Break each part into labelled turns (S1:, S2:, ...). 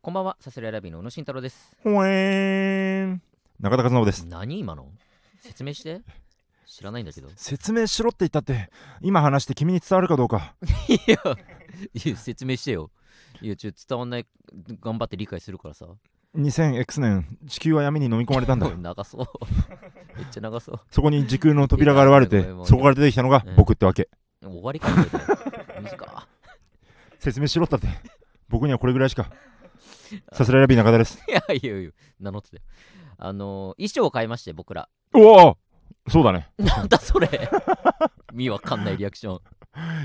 S1: こんばんは、サスレラビーの宇野慎太郎です。
S2: ほえーん中田和信です
S1: 何今の説明して知らないんだけど。い
S2: 説明しろって言ったって今話して君に伝わるかどうか
S1: や、 いや説明してよ。いや、ちょっと伝わんない、頑張って理解するからさ。
S2: 2000X 年地球は闇に飲み込まれたん だ
S1: 長そう。めっちゃ長そう。
S2: そこに時空の扉が現れてそこから出てきたのが僕ってわけ
S1: 終わりかみたい な。短
S2: 説明しろったって僕にはこれぐらいしかさすらいラビー中田です
S1: いやいやいや、名乗ってたよ。あのー、衣装を買いまして、僕ら。
S2: うわそうだね
S1: なんだそれ見わかんないリアクション。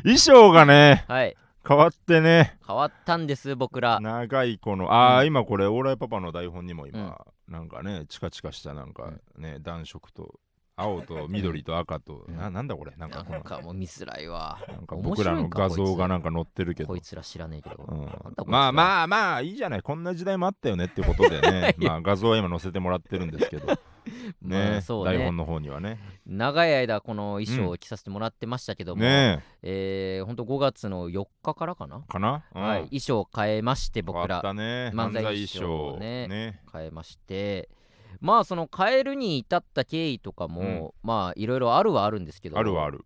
S2: 衣装がね
S1: はい。
S2: 変わってね
S1: 変わったんです、僕ら。
S2: 長いこのああ、
S1: うん
S2: 今これオーライパパの台本にも今、なんかねチカチカしたなんかね暖色と青と緑と赤と、
S1: うん
S2: ななんだこれなん
S1: な
S2: かこの
S1: んかもう見づらいわ。
S2: なんか僕らの画像がなんか載ってるけど
S1: こい。つら知らねえけど。
S2: うん
S1: なんだこいつら
S2: まあまあまあいいじゃないこんな時代もあったよねってことで ね
S1: いや
S2: まあ画像は今載せてもらってるんですけどね,、
S1: まあ そう
S2: 台
S1: ね
S2: 本。の方にはね
S1: 長い間この衣装を着させてもらってましたけども、
S2: ね
S1: えー、ほんと5月の4日からかな
S2: え、かな、うん
S1: はい、衣装を変えまして
S2: 変わ
S1: 僕
S2: っ
S1: ら
S2: たね
S1: 漫
S2: 漫
S1: 才衣
S2: 才衣
S1: 装
S2: 装
S1: をね
S2: ね
S1: 変えましてまあその変えるに至った経緯とかも、まあいろいろあるはあるんですけど
S2: あるはある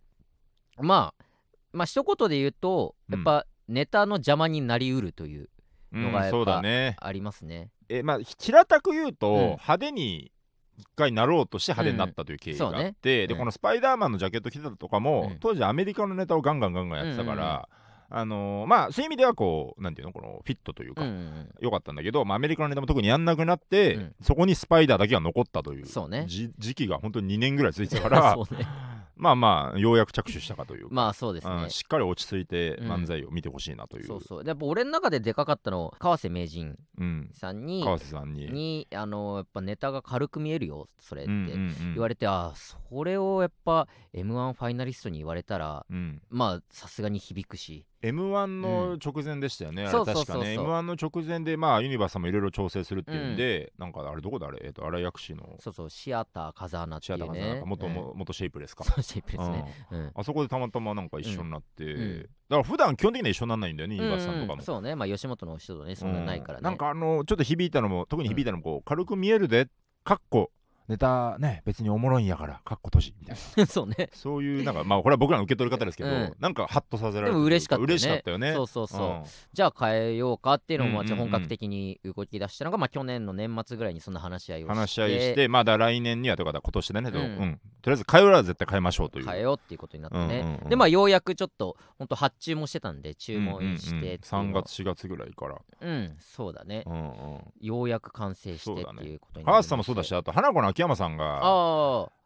S1: まあまあ一言で言うとやっぱネタの邪魔になりうるという
S2: う
S1: のがやっぱ
S2: んそうだね
S1: ありますね、
S2: えまあ平たく言うと、
S1: うん
S2: 派手に一回なろうとして派手になったという経緯があっ
S1: う
S2: て、
S1: んそうね
S2: で、
S1: うん
S2: このスパイダーマンのジャケット着てたとかも、
S1: うん
S2: 当時アメリカのネタをガンガンガンガンやってたから、あのーまあそういう意味ではこうなんていうのこのフィットという
S1: う
S2: か、
S1: んうん
S2: 良かったんだけど、まあ、アメリカのネタも特にやんなくなって、
S1: うん
S2: そこにスパイダーだけが残ったという
S1: うん、そうね
S2: じ時期が本当に2年ぐらい続いてたから
S1: そうね
S2: まあまあようやく着手したかというか、
S1: まあそうですね
S2: うんしっかり落ち着いて
S1: うん
S2: 漫才を見てほしいなという,、
S1: そうそうでやっぱ俺の中ででかかったの川瀬名人
S2: うん、
S1: さんに
S2: 川瀬さんに
S1: にあのやっぱネタが軽く見えるよそれって
S2: うん
S1: 言
S2: うん
S1: われて、ああそれをやっぱ m 1ファイナリストに言われたら
S2: うんうん
S1: まあさすがに響くし
S2: M1 の直前でしたよね、
S1: うん
S2: あ
S1: そ
S2: れ
S1: うそう
S2: 確
S1: そうそ
S2: か
S1: う
S2: ね M1 の直前でまあユニバースさんもいろいろ調整するっていうんで、なんかあれどこだあれえっ、と荒井薬師の
S1: そうそうシアター風穴って
S2: シ
S1: い
S2: アター
S1: う
S2: かな
S1: ね
S2: んか元,、
S1: うん
S2: 元シェイプですか
S1: そうシェイプですね、うん
S2: うんあそこでたまたまなんか一緒になって、
S1: ん
S2: だから普段基本的には一緒にならないんだよね、ユニバースさんとか
S1: うん
S2: も
S1: そうねまあ吉本の人とねそんなないからね、
S2: うなんかあのちょっと響いたのも特に響いたのもこう、軽く見えるでかっこネタね別におもろいんやからかっこ閉じみたい な
S1: そうね
S2: そういうなんかまあこれは僕らの受け取り方ですけど、
S1: うん
S2: なんかハッとさせられ
S1: で
S2: る
S1: も嬉しかったよね
S2: 嬉しかったよね
S1: そうそうそう、
S2: うん
S1: じゃあ変えようかっていうのもまあ
S2: うんうんうん
S1: 本格的に動き出したのが、まあ、去年の年末ぐらいにそんな話し合いをして
S2: 話し合いしてまあだから来年にはとかだ今年だねと、
S1: う
S2: うんんとりあえず変えようは絶対変えましょうという
S1: 変えようっていうことになってね、
S2: うんうんうん
S1: でまあようやくちょっと本当発注もしてたんで注
S2: うんうんうん
S1: 文してっていうの
S2: 3月4月ぐらいから、
S1: うんそうだね
S2: う、んうん、
S1: ようやく完成して
S2: そ
S1: っ
S2: う
S1: て
S2: だね
S1: いうことになりまして
S2: 川瀬さんもそうだしあと花子の秋山さんが
S1: ああ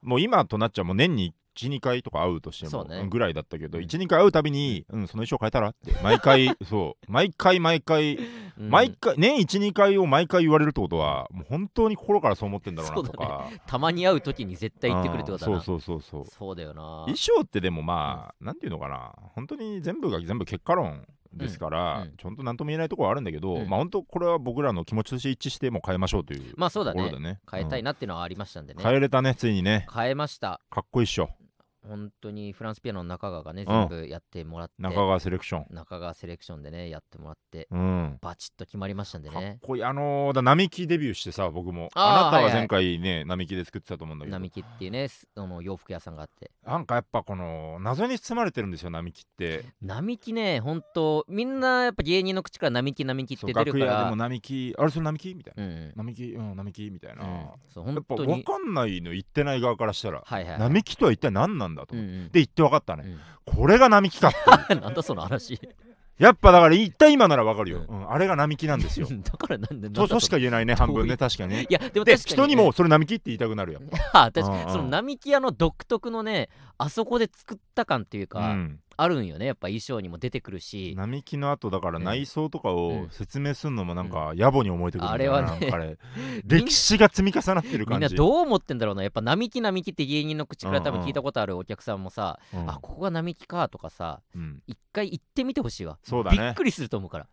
S2: もう今となっちゃうもう年に12回とか会うとして
S1: そう
S2: も
S1: ね
S2: うんぐらいだったけど、
S1: うん
S2: 12回会うたびに、うん、その衣装変えたらって 毎回そう毎回毎回、
S1: うん
S2: 毎回年12回を毎回言われるってことはもう本当に心からそう思ってんだろうなと
S1: そ
S2: か、
S1: たまに会う時に絶対言ってくるってことだな、
S2: うんそうそうそうそう
S1: そうだよな
S2: 衣装ってでもまあ、なんていうのかな本当に全部が全部結果論ですから、
S1: うんうん
S2: ちょっと何とも言えないところはあるんだけど、
S1: うん
S2: まあ本当これは僕らの気持ちとして一致してもう変えましょうという
S1: まあそうだね
S2: ところでね
S1: 変えたい
S2: うん
S1: なっていうのはありましたんでね、
S2: 変えれたねついにね
S1: 変えました
S2: かっこいいっしょ
S1: 本当にフランスピアノの中川がね
S2: ん
S1: 全部やってもらって、
S2: 中川セレクション
S1: 中川セレクションでねやってもらって
S2: うん
S1: バチッと決まりましたんで
S2: かっ
S1: ね
S2: こいいあのー、だ並木デビューしてさ僕も
S1: あー
S2: あなた
S1: はいは
S2: は
S1: い
S2: 前回ね、並木で作ってたと思うんだけど
S1: 並木っていうねすその洋服屋さんがあって
S2: なんかやっぱこの謎に包まれてるんですよ並木って
S1: 並木ね本当みんなやっぱ芸人の口から並木並木っ
S2: そう
S1: て出る
S2: 楽
S1: か
S2: 屋で
S1: ら
S2: も並木あれそれ並木みたいな
S1: うんうん
S2: 並木うん並木みたいな、
S1: うんそう
S2: やっ
S1: 本
S2: ぱ
S1: 当に
S2: 分かんないの言ってない側からしたら
S1: はいはいはい
S2: 並木とは一体何なんだ
S1: う
S2: と
S1: ん
S2: 思
S1: う
S2: って、
S1: ん
S2: で言って分かった
S1: う
S2: ね、
S1: ん
S2: これが並木かっていう
S1: なんだその話
S2: やっぱだから一体今なら分かるよ、
S1: う
S2: うんあれが並木なんです よ
S1: だからなんでなんだ
S2: と
S1: その
S2: としか言えないね半分
S1: どうい
S2: ね確かにね
S1: いやでも確か
S2: で
S1: に
S2: 人にもそれ並木って言いたくなるよ、
S1: あ確かに
S2: うんうん
S1: その並木屋の独特のねあそこで作った感っていう
S2: う
S1: か、
S2: ん、
S1: あるんよねやっぱ衣装にも出てくるし
S2: 並木の後だから内装とか
S1: う
S2: を
S1: ん
S2: 説明するのもなんか野暮に思えてくるんだよ
S1: あれはね
S2: なんかあれ歴史が積み重なってる
S1: みん
S2: 感
S1: な
S2: じ
S1: どう思ってんだろうなやっぱ並木並木って芸人の口から多分
S2: うんうん
S1: 聞いたことあるお客さんもさ、
S2: うん
S1: あここが並木かとかさ
S2: うん
S1: 一回行ってみてほしいわ
S2: そうだね
S1: びっくりすると思うから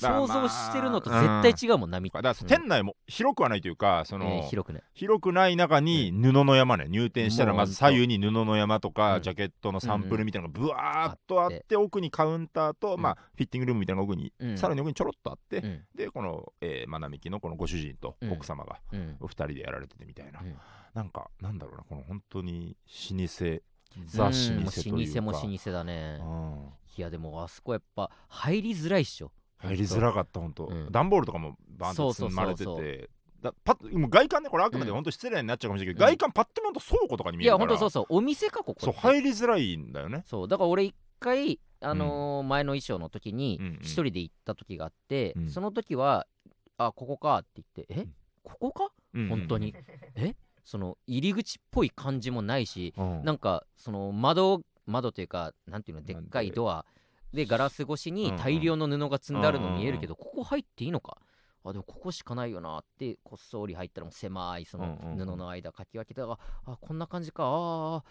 S2: だから
S1: 想像してるのと絶対違うもんなみ
S2: だから店内も広くはないというかその、
S1: えー広くね
S2: 広くない中に布の山ね入店したら
S1: もう
S2: まず左右に布の山とか、
S1: うん
S2: ジャケットのサンプルみたいなのがブワーっとあって
S1: あっ
S2: 奥にカウンターと、
S1: うん
S2: まあ、フィッティングルームみたいなのが奥に、
S1: うん
S2: さらに奥にちょろっとあって、
S1: うん
S2: でこの、えー、まなみきのこのご主人と
S1: うん
S2: 奥様が
S1: うん
S2: お二人でやられててみたいな、
S1: うん
S2: なんかなんだろうなこの本当に老舗
S1: う
S2: ザ老舗
S1: んも
S2: と
S1: う
S2: いう
S1: 老舗
S2: か、
S1: も老舗だね
S2: うん
S1: いやでもあそこやっぱ入りづらいっしょ
S2: 入りづらかった本当、
S1: うん
S2: 段ボールとかもバーンと
S1: そうそう
S2: 積
S1: そ
S2: ま
S1: う
S2: れてて
S1: そう
S2: だパッもう外観ねこれあくまで本当失礼になっちゃうかもしれないけど、
S1: うん
S2: 外観パッて見ると倉庫とかに見
S1: い
S2: える
S1: や
S2: から
S1: ほんとそうそうお店かここって
S2: そう入りづらいんだよね
S1: そうだから俺一回あのー前の衣装の時に
S2: うんうん
S1: 一人で行った時があって、
S2: うん
S1: その時は「あここか」って言って「え
S2: うん
S1: ここか本当に、えその入り口っぽい感じもないし
S2: うん
S1: なんかその窓窓というかなんていうのでっかいドアでガラス越し
S2: うんう
S1: に
S2: ん
S1: 大量の布が積んであるの見えるけど、ここ入っていいのかあでもここしかないよなってこっそり入ったらもう狭いその
S2: うんうんうん
S1: 布の間かき分けて、ああこんな感じかあーあー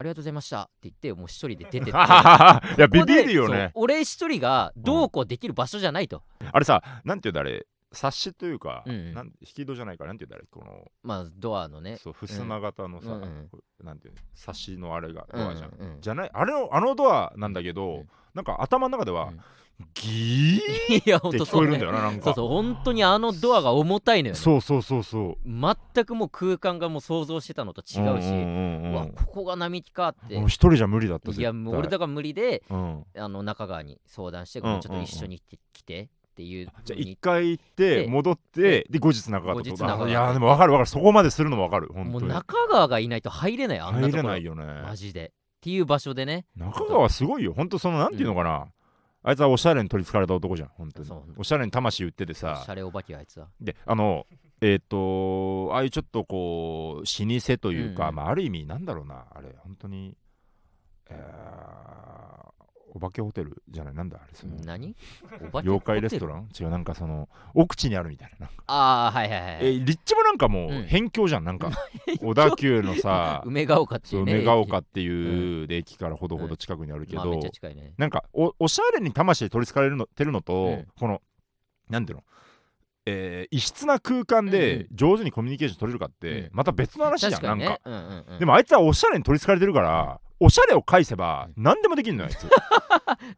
S1: ありがとうございましたって言ってもう一人で出てって
S2: いや
S1: こ
S2: ビ
S1: こで
S2: ビるよ
S1: そう
S2: ね
S1: 俺一人がどうこうできる場所じゃないと、
S2: あれさなんていうんだあれ冊子というか、
S1: うんうん
S2: なん引き戸じゃないからなんていうんだあれこの
S1: まあドアのね
S2: そう襖型のさ、
S1: うんうん
S2: こうなんていうの冊子のあれがドアじゃん、
S1: うんうん
S2: じゃないあれのあのドアなんだけど、
S1: うん
S2: なんか頭の中で
S1: う
S2: は、
S1: ん
S2: ギーっ
S1: いや本
S2: て
S1: 当
S2: 聞
S1: そ
S2: こ
S1: う、
S2: え
S1: ね、
S2: るんだよななん
S1: そ
S2: か
S1: うそう本当にあのドアが重たいのよね
S2: そうそうそうそう
S1: 全くもう空間がもう想像してたのと違うし、
S2: んん
S1: う
S2: うん
S1: わここが並木かって
S2: 俺一人じゃ無理だった
S1: いやもう俺
S2: 絶
S1: だから無理で
S2: 対うん
S1: あの中川に相談して、
S2: うんうんうん
S1: ちょっと一緒に来て来てっていう
S2: じゃあ
S1: 風に
S2: 一回行って
S1: で
S2: 戻ってで後日中川と
S1: 後日中川
S2: いやでも分かる分かるそこまでするの分かる本
S1: も
S2: 当
S1: う
S2: に
S1: 中川がいないと入れないあんなと
S2: 入
S1: こ
S2: れ
S1: ろ
S2: ないよね
S1: マジでっていう場所でね
S2: 中川すごいよ本当そのなんていうのかなあいつはおしゃれに取りつかれた男じゃん本当に
S1: そう
S2: おしゃれに魂売ってて
S1: お
S2: さ
S1: しゃれお化けあいつは
S2: であのえっとああいうちょっとこう老舗という
S1: うん
S2: か
S1: うん
S2: まあある意味なんだろうなあれ本当にえーお化けホテルじゃないなんだあれその
S1: 何お化け
S2: 妖怪レスト
S1: ン
S2: ラン違うなんかその奥地にあるみたいななんか
S1: ああはいはいはい、
S2: え立地もなんかも
S1: う
S2: うん辺境じゃ んなんか小田急のさ
S1: 梅ヶ丘って
S2: そ
S1: いううね
S2: 梅ヶ丘っていうで駅からほどほど近くにある
S1: 駅
S2: けど、
S1: まあめっちゃ近いね
S2: なんかおおしゃれに魂で取りつかれるのてるのと、
S1: うん
S2: このなんていうのえー異質な空間
S1: うんう
S2: で
S1: ん
S2: 上手にコミュニケーション取れるかって、
S1: うん
S2: また別の話じゃ
S1: 確
S2: ん、
S1: かに
S2: なんか
S1: ね、うんうんうん、
S2: でもあいつはおしゃれに取りつかれてるからおしゃれを返せば何でもできるのよあいつ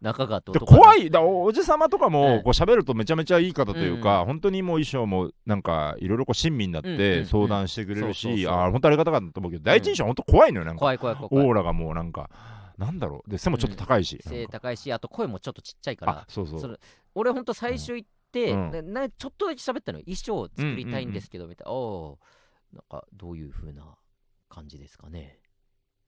S1: 中川と
S2: で怖
S1: い
S2: いだおおじさまとか
S1: う
S2: も
S1: ん
S2: こう喋るとめちゃめちゃいい方という
S1: うん
S2: か、本当にもう衣装もなんかいろいろこう親身になっ
S1: うんうんう
S2: て
S1: ん
S2: 相談してくれるし、
S1: そうそうそう
S2: ああ本当ありがたかったと思うけど第一印象本当怖いのよなんか、
S1: 怖い怖い怖い
S2: オ
S1: 怖い
S2: ーラがもうなんかなんだろうで背もちょっと高いし、なん
S1: 背
S2: か
S1: 高いしあと声もちょっとちっちゃいから
S2: あそうそう
S1: それ俺ほんと最初行って、
S2: うん
S1: ななちょっとだけ喋ったのよ衣装を作りたいんですけどみたいな、おーなんかどういう風な感じですかね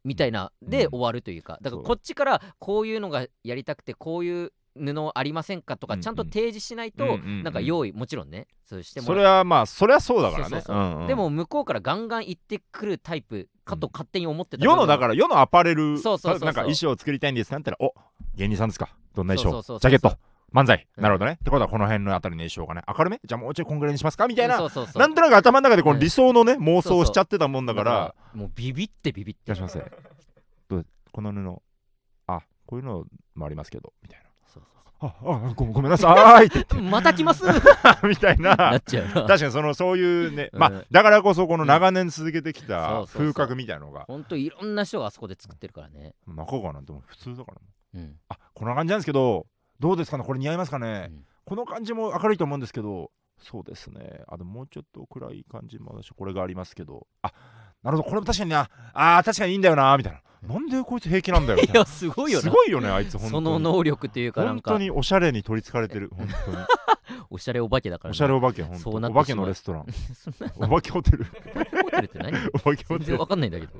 S1: みたいなで
S2: うん
S1: 終わるというかだか
S2: そ
S1: ら
S2: う
S1: こっちからこういうのがやりたくてこういう布ありませんかとか
S2: うんうん
S1: ちゃんと提示しないと、
S2: うんうんうん
S1: なんか用意もちろんねそうしても
S2: そ
S1: ら
S2: れはまあそれはそうだから
S1: そう
S2: ね
S1: そうそう
S2: うんうん
S1: でも向こうからガンガン行ってくるタイプかと勝手に思ってた
S2: 世のだからら世のアパレル
S1: そうそうそうそう
S2: なんか衣装を作りたいんですなんて言ったらお芸人さんですかどんな衣
S1: そ
S2: 装
S1: うそうそうそう
S2: ジャケット漫才、
S1: うん
S2: なるほどねってことはこの辺のあたりの衣装がね明るめじゃあもうちょいこんぐらいにしますかみたいな
S1: そうそうそう
S2: なんとなく頭の中でこの理想のね、
S1: そ
S2: 妄
S1: う
S2: 想
S1: そう
S2: をしちゃってたもんだから、
S1: もうビビってビビっ
S2: いら
S1: て
S2: っしゃいませ。どうこの布、あこういうのもありますけど、みたいな。
S1: そうそう
S2: ああごごめんなさいって
S1: そうまた来ます
S2: みたい
S1: な
S2: な
S1: っ。ちゃうな
S2: 確かにそのそういうね、
S1: うん
S2: まあだからこそこの長年続けてき
S1: う
S2: た
S1: んそうそうそう
S2: 風格みたいなのが、
S1: ほんといろんな人があそこで作ってるからね。
S2: 中川なんてもう普通だから。
S1: うん、
S2: あこんな感じなんですけど、どうですかね、これ似合いますかね。
S1: うん
S2: この感じも明るいと思うんですけど、そうですね。あのもうちょっと暗い感じも私これがありますけど、あなるほど、これも確かにな、あー確かにいいんだよな、みたいな。なんでこいつ平気なんだよ、み
S1: い
S2: たいな
S1: や、。すごいよ
S2: す
S1: な。
S2: ごいよね、あいつ、本当
S1: そ
S2: に。
S1: の能力というか、なん
S2: 本当
S1: か、
S2: におしゃれに取りつかれてる、本当 に。
S1: おしゃれお化けだから、
S2: おしゃれお化け、本
S1: そう
S2: 当
S1: なっ
S2: お
S1: てしまう
S2: 化けのレストラン。
S1: そんな
S2: お化けホテル。
S1: ホテルって何
S2: お化け
S1: 全
S2: ホテ
S1: 然
S2: ル
S1: わ。かんないんだけど。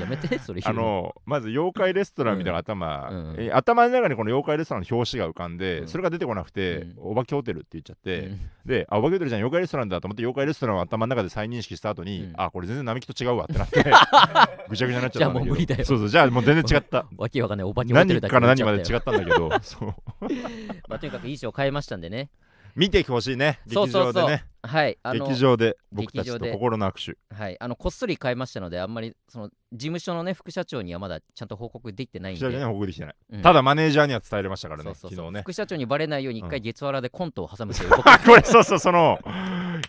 S1: やめて、それ
S2: あ
S1: 言う。
S2: のまず妖怪レストランみたいな頭、
S1: うん
S2: えー頭の中にこの妖怪レストランの表紙が浮かんで、
S1: うん
S2: それが出てこなくて、
S1: うん
S2: お化けホテルって言っちゃっ
S1: う
S2: て、
S1: ん
S2: で、あ、お化けホテルじゃん、妖怪レストランだと思って、妖怪レストランを頭の中で再認識した後に、
S1: うん
S2: あ、これ全然並木と違うわって なって、ぐちゃぐちゃになっちゃったんだけど。
S1: じゃあもう無理だよ
S2: そうそう、じゃあもう全然違った。
S1: わけわかんない、お化けホテル
S2: 何
S1: だけ
S2: から何まで
S1: 言っち
S2: 違
S1: ゃ
S2: ったんだけど、そう。
S1: ったよまあとにかく衣装変えましたんでね。
S2: 見てほしいね、
S1: そう
S2: 劇
S1: そ
S2: 場
S1: う
S2: で
S1: そう
S2: ね。
S1: はいあの
S2: 劇場で僕た
S1: 劇
S2: ち
S1: 場
S2: と
S1: で
S2: 心の握手
S1: はい、あのこっそり買いましたのであんまりその事務所のね副社長にはまだちゃんと報告できてないん
S2: 非
S1: で、
S2: 常にね報告できてない、
S1: うん
S2: ただマネージャーには伝えれましたから
S1: そ
S2: ね
S1: うそう
S2: 昨
S1: そう
S2: 日ね
S1: 副社長にバレないように一
S2: う
S1: 回
S2: ん
S1: 月わらでコントを挟むという動き
S2: これそうそうその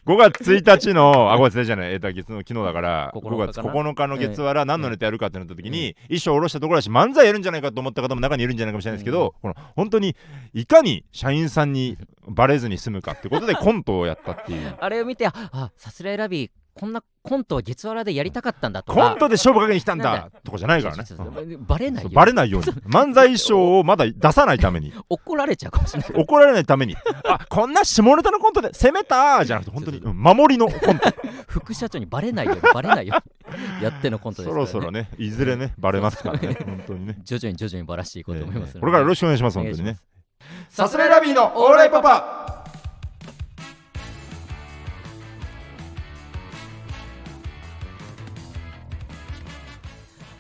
S2: 5月1日のあ5月1日じゃないえっと月の昨日だから
S1: 9日
S2: 5月
S1: かな
S2: 9日の月はら何のネタやるかってなった時に衣装を下ろしたところだし漫才やるんじゃないかと思った方も中にいるんじゃないかもしれないですけどこの本当にいかに社員さんにバレずに済むかってことでコントをやっ たっていう
S1: あれを見てああさすらいラビーこんなコントを月わらでやりたかったんだと
S2: コ
S1: か
S2: ントで勝負かけに来たん
S1: なん
S2: だとかじゃない
S1: い
S2: か
S1: や
S2: らね
S1: ちょっと
S2: うん
S1: バレないように
S2: バレな いように漫才衣装をまだ出さないために
S1: 怒られちゃうかもしれない
S2: 怒られないためにあこんな下ネタのコントで攻めたじゃなくて本当にうん守りのコント
S1: 副社長にバレないようにバレないようにやってのコントです
S2: そ
S1: から、
S2: ろ
S1: ね、
S2: そろね、いずれね、バレますからね、本当にね。
S1: 徐々に徐々にバラしていこうと思いますので、
S2: ええこれからよろしくお願いします、本当に
S1: お願い
S2: ね
S1: し。
S2: サスレラビーのオーライパパ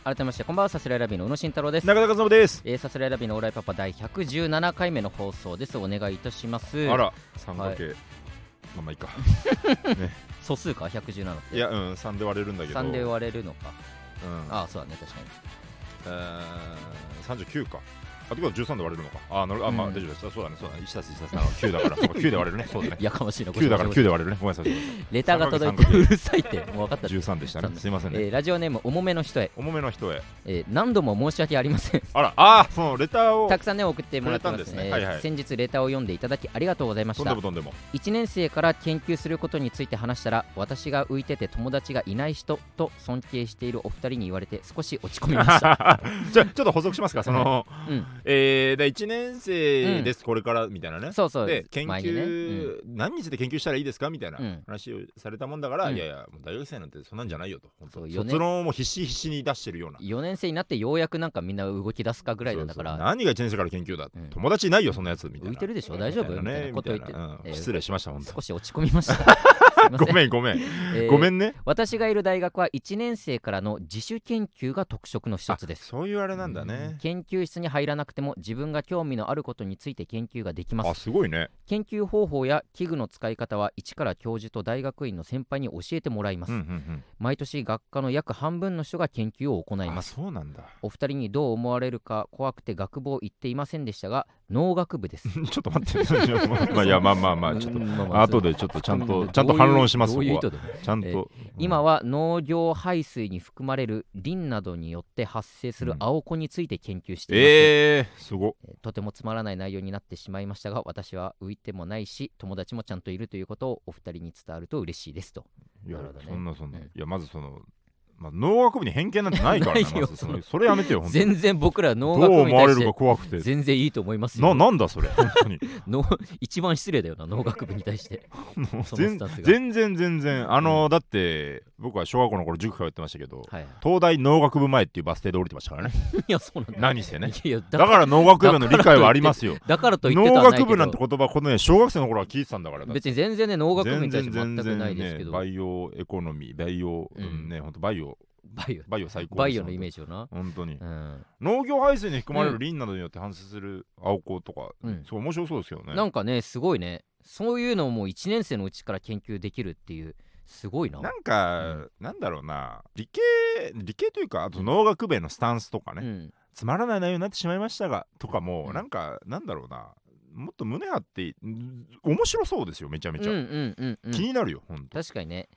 S1: 改めましてこんばんはさすらいラビーの宇野慎太郎です
S2: 中田和伸です。
S1: えー、さすらいラビーのオーライパパ第117回目の放送ですお願いいたします
S2: あら、三掛け。まあまあいいか。
S1: 素数か117って
S2: いや、うん、三で割れるんだけど。
S1: 3で
S2: うん。
S1: 割れるのか
S2: あ、
S1: ああそうだね確かに
S2: 三十九か。あ、てか十三で割れるのか。あ、なる、あ、まあ
S1: うん
S2: 大丈夫です。あそうだね、そうだね。一たす一たすな九だから、そうか九で割れるね。そうだ
S1: い
S2: ね。
S1: やかましいな
S2: 九だから
S1: ご
S2: 九
S1: めんなさい
S2: で割れるね。ごめんなさい ごめんなさ
S1: レターが届いてう
S2: 三掛
S1: るさいってもう分かった
S2: い。十三でした
S1: そう
S2: ね。
S1: ね
S2: すいません
S1: え
S2: ね。
S1: ーラジオネーム重めの人へ、
S2: 重めの人へ。
S1: えー何度も申し訳ありません
S2: あら、あー、そのレターを
S1: た。くさんね送ってもらってます
S2: くれたんで
S1: ね
S2: すねはいはい
S1: 先日レターを読んでいただきありがとうございまし
S2: とんで
S1: た
S2: もとんでも。
S1: 1年生から研究することについて話したら私が浮いてて友達がいない人と尊敬しているお二人に言われて少し落ち込みました
S2: じゃあちょっと補足しますか、その、
S1: うん
S2: えー、で1年生です、これからみたいなね。
S1: そうそう
S2: で研
S1: 前にね
S2: 究、何日で研究したらいいですかみたいな
S1: うん
S2: 話をされたもんだから、
S1: うん
S2: いやいやもう大学生なんてそんなんじゃないよと本当
S1: そうよね
S2: 卒論をもう必死必死に出してるような
S1: 4年生になってようやくなんかみんな動き出すかぐらいなんだか
S2: そうそう
S1: ら
S2: 何が1年生から研究だ、
S1: うん
S2: 友達いないよそんなやつみたいな
S1: 浮いてるでしょ大丈夫みた
S2: みた
S1: い
S2: い
S1: なこ
S2: な
S1: と
S2: ね
S1: 言
S2: み
S1: った
S2: い
S1: て
S2: なうん
S1: えー
S2: 失礼しました本当
S1: 少し落ち込み ましたすいませ
S2: ごめんごめん、
S1: えー
S2: ごめんね
S1: 私がいる大学は1年生からの自主研究が特色の一つです
S2: あそういうあれなんだ
S1: うん
S2: ね、
S1: 研究室に入らなくても自分が興味のあることについて研究ができます
S2: あすごいね
S1: 研究方法や器具の使い方は一から教授と大学院の先輩に教えてもらいます、
S2: うんうん
S1: 毎年学科の約半分の人が研究を行
S2: う
S1: い
S2: んあ
S1: ます
S2: そうなんだ
S1: お二人にどう思われるか怖くて学部を言っていませんでしたが農学部です
S2: ちょっと待って まあいやまあまあまあちょっと
S1: うんまあまあ
S2: 後でちょっとちゃん
S1: どう
S2: と
S1: いう
S2: ちゃんと反論します
S1: ど
S2: そう
S1: いう
S2: こ
S1: 意図
S2: は
S1: で
S2: ちゃんと
S1: 今は農業排水に含まれるリンなどによって発生する青子について研究しています、
S2: えー、すごっ
S1: えーとてもつまらない内容になってしまいましたが私は浮いてもないし友達もちゃんといるということをお二人に伝わると嬉しいですと
S2: いや
S1: なるほどね
S2: そんなそんな、
S1: うん
S2: いやまずその、まあ、農学部に偏見なんてないから ね
S1: ないよ
S2: まずそのそれやめてよ本当に
S1: 全然僕ら
S2: ど
S1: 農学
S2: う
S1: 部に
S2: 思わ
S1: 対
S2: れ
S1: し
S2: るか
S1: て
S2: 怖くて
S1: 全然いいと思います
S2: な
S1: よ
S2: なんだそ れ本当に
S1: 農一番失礼だよな農学部に対して
S2: もう
S1: そのス
S2: 全
S1: タンスが
S2: 全然全然あの、だって僕は小学校の頃塾通ってましたけど、
S1: はい
S2: 東大農学部前っていうバス停で降りてましたからね
S1: いやそうなんだ
S2: 何せね
S1: いやだ
S2: だから農学部への理解はありますよ
S1: だからと言って
S2: 農
S1: たはない
S2: 学
S1: け
S2: 部なん
S1: ど
S2: て言葉このね小学生の頃は聞いてたんだから
S1: 別に全然ね農学部
S2: 全
S1: に対して
S2: 然
S1: 全
S2: 全
S1: く
S2: 然
S1: ないですけ
S2: ね
S1: ど
S2: バイオエコノミーバイオ、
S1: う
S2: うんん、ね本当バイオ
S1: バイオ
S2: バイオ最高
S1: バイオのイメー
S2: ジ
S1: ジよな
S2: 本当に
S1: うん
S2: 農業排水に含まれ
S1: う
S2: る
S1: ん
S2: リンなどによって反射する青コとか、
S1: うん
S2: そう面白そうですけどね
S1: なんかねすごいねそういうのをもう1年生のうちから研究できるっていうすごいな
S2: なんか、なんだろうな理系理系というかあと農学部へのスタンスとかね、
S1: うん
S2: つまらない内容になってしまいましたがとかも、
S1: うん
S2: なんかなんだろうなもっと胸張ってん面白そうですよめちゃめ
S1: うん
S2: ち
S1: う
S2: ゃ、
S1: んうんうん
S2: 気になるよ本当
S1: 確かにね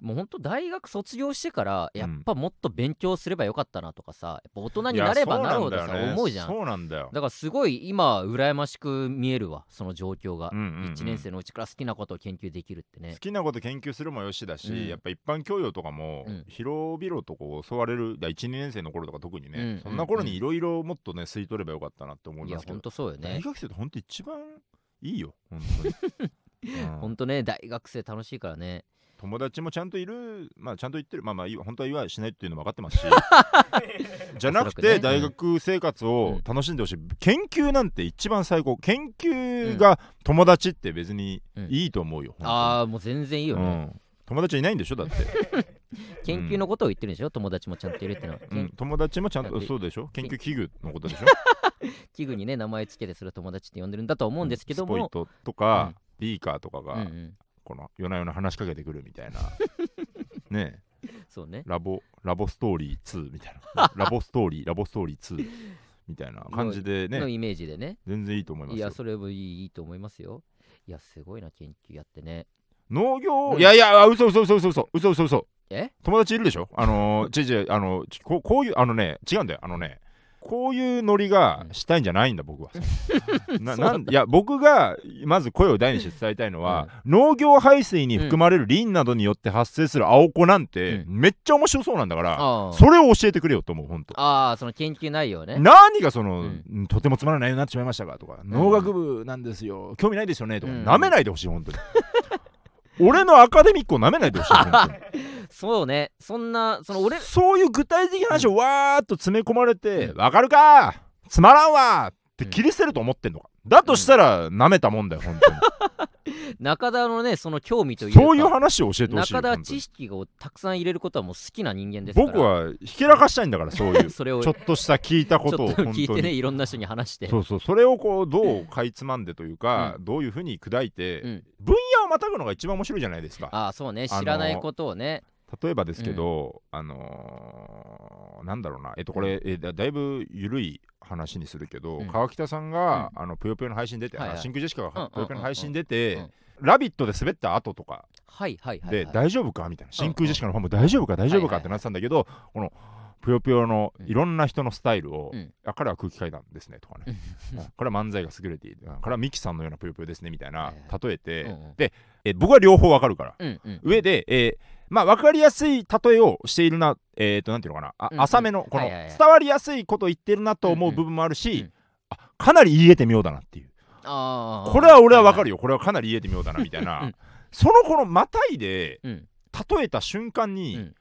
S1: もうほんと大学卒業してから
S2: ん
S1: やっぱもっと勉強すればよかったなとかさやっぱ大人になればなるほどさ、思うじゃんだ
S2: そうなんだよ、
S1: からすごい今羨ましく見えるわその状況が、
S2: うんうんうん
S1: 1年生のうちから好きなことを研究できるって
S2: 好
S1: ね
S2: きなこと研究するもよしだし、
S1: うん
S2: やっぱ一般教養とかも
S1: うん
S2: 広々とこう教われる12年生の頃とか特にね、
S1: うん
S2: そんな頃にいろいろもっとね吸い取ればよかったなって思い
S1: い
S2: ま
S1: や
S2: すけ
S1: ほ
S2: ど
S1: んとそうよ
S2: 大
S1: ね
S2: 学生って本当一番いいよ本当に、うん
S1: ほんとね大学生楽しいからね
S2: 友達もちゃんといるまあちゃんと言ってるまあまあいいわ本当は言わしないっていうのも分かってま すし じゃなく
S1: おそらくね
S2: て大学生活を楽しんでほしい、研究なんて一番最高
S1: う
S2: 研
S1: ん
S2: 究が友達って別にいいと思うよ、
S1: あ
S2: あ
S1: あもう全然いいよね、
S2: うん、友達いないんでしょだって、
S1: 研究のことを言ってるんでしょ友達もちゃんといるってのは、
S2: う
S1: 研
S2: ん、友達もちゃん
S1: だっ
S2: と
S1: て
S2: そうでしょ研究器具のことでしょ
S1: 器具に ね名前つけてそれを友達って呼んでるんだと思うんですけど
S2: スポイ
S1: も、
S2: トとか、ビーカーとかが、
S1: うんうん
S2: この夜な夜な話しかけてくるみた いなねえ
S1: そうね
S2: ラボラボストーリー2みたい なラボストーリーラボストーリー2みたいな感じで
S1: の
S2: ね
S1: イメージでね
S2: 全然いいと思いま
S1: い
S2: すよ
S1: やそれもいいいいと思いますよいやすごいな研究やってね
S2: 農業、
S1: うん
S2: いやいやあ嘘嘘嘘嘘嘘嘘嘘嘘
S1: え
S2: 友達いるでしょあのー、違う違うあのちこうこういうあのね違うんだよあのねこういうノリがしたいんじゃないんだ僕は。ななんいや僕がまず声を大にして伝えたいのは、農業排水に含まれるリンなどによって発生する青粉なんて、
S1: う
S2: めっちゃ面白そうなんだから、
S1: あ
S2: それを教えてくれよと思う本当。
S1: ああその研究内容ね
S2: 何がその、
S1: うん
S2: うんとてもつまらないようになってしまいましたかとか、農学部なんですよ興味ないですよねとか、
S1: うん
S2: なめないでほしい本当に俺のアカデミックをなめないでほしい本当に
S1: そうねそんなその俺
S2: そういう具体的な話をわーっと詰め込まれて「わ、かるかつまらんわ!」って切り捨てると思ってんのかだとしたらなめたもんだよ本当に、
S1: 中田のねその興味 というか
S2: そういう話を教えてほしい
S1: 中
S2: よ
S1: 田は
S2: 本当
S1: 知
S2: に
S1: 識をたくさん入れることはもう好きな人間ですから
S2: 僕はひけらかしたいん だからそういうち
S1: それを
S2: ょっとした聞いたこ
S1: ち
S2: と
S1: ょ
S2: を
S1: っ
S2: 本
S1: 聞い
S2: 当
S1: てね
S2: に。
S1: いろんな人に話して
S2: そうそうそれをこうどうかいつまんでというか、どういうふうに砕いて、
S1: うん
S2: 分野をまたぐのが一番面白いじゃないですか
S1: ああそうね
S2: あのー
S1: 知らないことをね
S2: 例えばですけど、あのーなんだろうなえっとこれ、えだだいぶ緩い話にするけど、
S1: うん
S2: 川北さんが、あのぷよぷよの配信出て、
S1: はいはい
S2: あの真空ジェシカ
S1: うんうんうんう
S2: が
S1: ん
S2: ぷよぷよの配信出て、
S1: うん
S2: ラビット!」で滑った後とか
S1: はいはいはい
S2: で、
S1: はい
S2: 大丈夫かみたいな真空ジェシカのファンも大丈夫か大丈夫かってなってたんだけど、このぷよぷよのいろんな人のスタイルを、
S1: うん
S2: あ彼は空気階段ですねとかね、うんこれは漫才が優れているあ彼はミキさんのようなぷよぷよですねみたいな
S1: はい
S2: 例えて、
S1: うんうん
S2: でえ僕は両方わかるから
S1: うんうん
S2: 上で、えーまあ、分かりやすい例えをしているな、えー、となんていうのかな、あ
S1: うんうん
S2: 浅めの、この
S1: はいはいはい
S2: 伝わりやすいことを言ってるなと思う部分もあるし、
S1: うんうんうん
S2: あかなり言えてみようだなっていう、
S1: ああ
S2: これは俺は分かる
S1: よ
S2: よ、これはかなり言えてみようだなみたいな、
S1: うん
S2: そのこのまたいで
S1: うん
S2: 例えた瞬間に、
S1: うん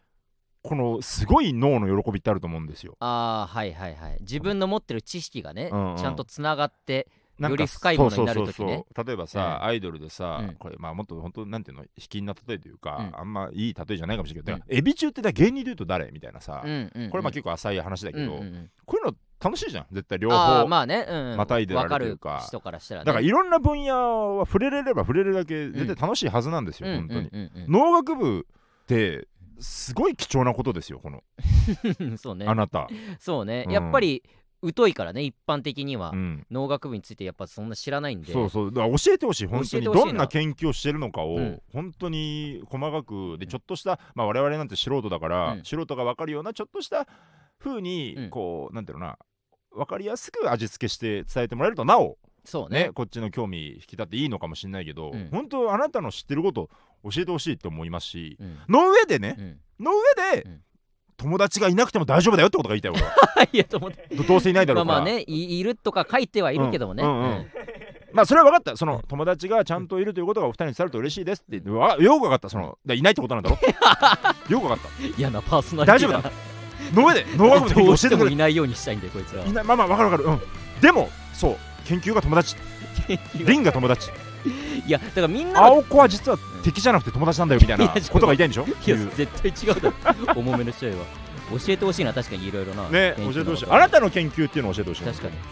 S2: このすごい脳の喜びってあると思うんですよ。
S1: ああはいはいはい自分の持ってる知識がね
S2: うんうん
S1: ちゃんとつながって
S2: なん
S1: よ
S2: か
S1: り深いものになる時ね
S2: そうそうそうそう例えばさ、アイドルでさ、
S1: うん
S2: これまあもっと本当なんていうの卑近な例えというか、
S1: うん
S2: あんまいい例えじゃないかもしれないけど、だからエビ中ってだから芸人で言うと誰みたいなさ、
S1: うんうんうん
S2: これまあ結構浅い話だ
S1: う
S2: けど、
S1: んうんうん
S2: こういうの楽しいじゃん絶対両
S1: ああ
S2: 方、
S1: まあねうん
S2: またいでら
S1: わ
S2: れる
S1: か
S2: という
S1: る
S2: か
S1: 人からしたらね
S2: だからいろんな分野は触れれれば触れるだけ絶対楽しいはずなんですよ、
S1: うん
S2: 本当に、
S1: うんうん
S2: 農学部ってすごい貴重なことですよこの
S1: うん そうね
S2: あなた、
S1: そうね
S2: うん
S1: やっぱり疎いからね一般的には
S2: うん、
S1: 農学部についてやっぱそんな知らないんで
S2: そうそうだから教えてほしい本当に
S1: 教えてほし
S2: ど
S1: いなん
S2: な研究をしてるのかを、
S1: うん
S2: 本当に細かくでちょっとした、まあ、我々なんて素人だから、
S1: うん
S2: 素人が分かるようなちょっとした風に、
S1: うん
S2: こうなんていうのかな分かりやすく味付けして伝えてもらえるとなお
S1: そう
S2: ね
S1: ね
S2: こっちの興味引き立っていいのかもしれないけど、
S1: うん
S2: 本当あなたの知ってることを教えてほしいって思いますし、
S1: うん
S2: の上でね
S1: う、ん
S2: の上で、
S1: うん
S2: 友達がいなくても大丈夫だよってことが言いたい俺は
S1: いやと思って
S2: どどうせいないだろ
S1: ま
S2: う
S1: あ
S2: か
S1: ま
S2: ら
S1: あねいいるとか書いてはいるけどもね
S2: うんうんうんまあそれは分かったその友達がちゃんといるということがお二人に伝わると嬉しいですって言ってわよく分かったそのだいないってことな んだろよく分かっ
S1: うん嫌なパーソナリティ
S2: 大丈たの上で農学部の研
S1: ど
S2: 究
S1: う
S2: 教
S1: し
S2: え
S1: て
S2: てく
S1: も
S2: れ
S1: いないようにしたいんでこいつはい
S2: ないまあまあ分かる分かるうんでもそう研究が友達リンが友達
S1: いやだからみんなの
S2: 青子は実は敵じゃなくて友達なんだよみたいない
S1: やちょっと
S2: ことが言いたいんでしょ
S1: いや
S2: っていう
S1: 絶対違うだろ 重めの試合は教えてほしいな確かにいろいろな
S2: ね
S1: 研究
S2: 教
S1: の
S2: えてほしい
S1: こと
S2: あなたの研究っていうのを教えてほしい
S1: 確かに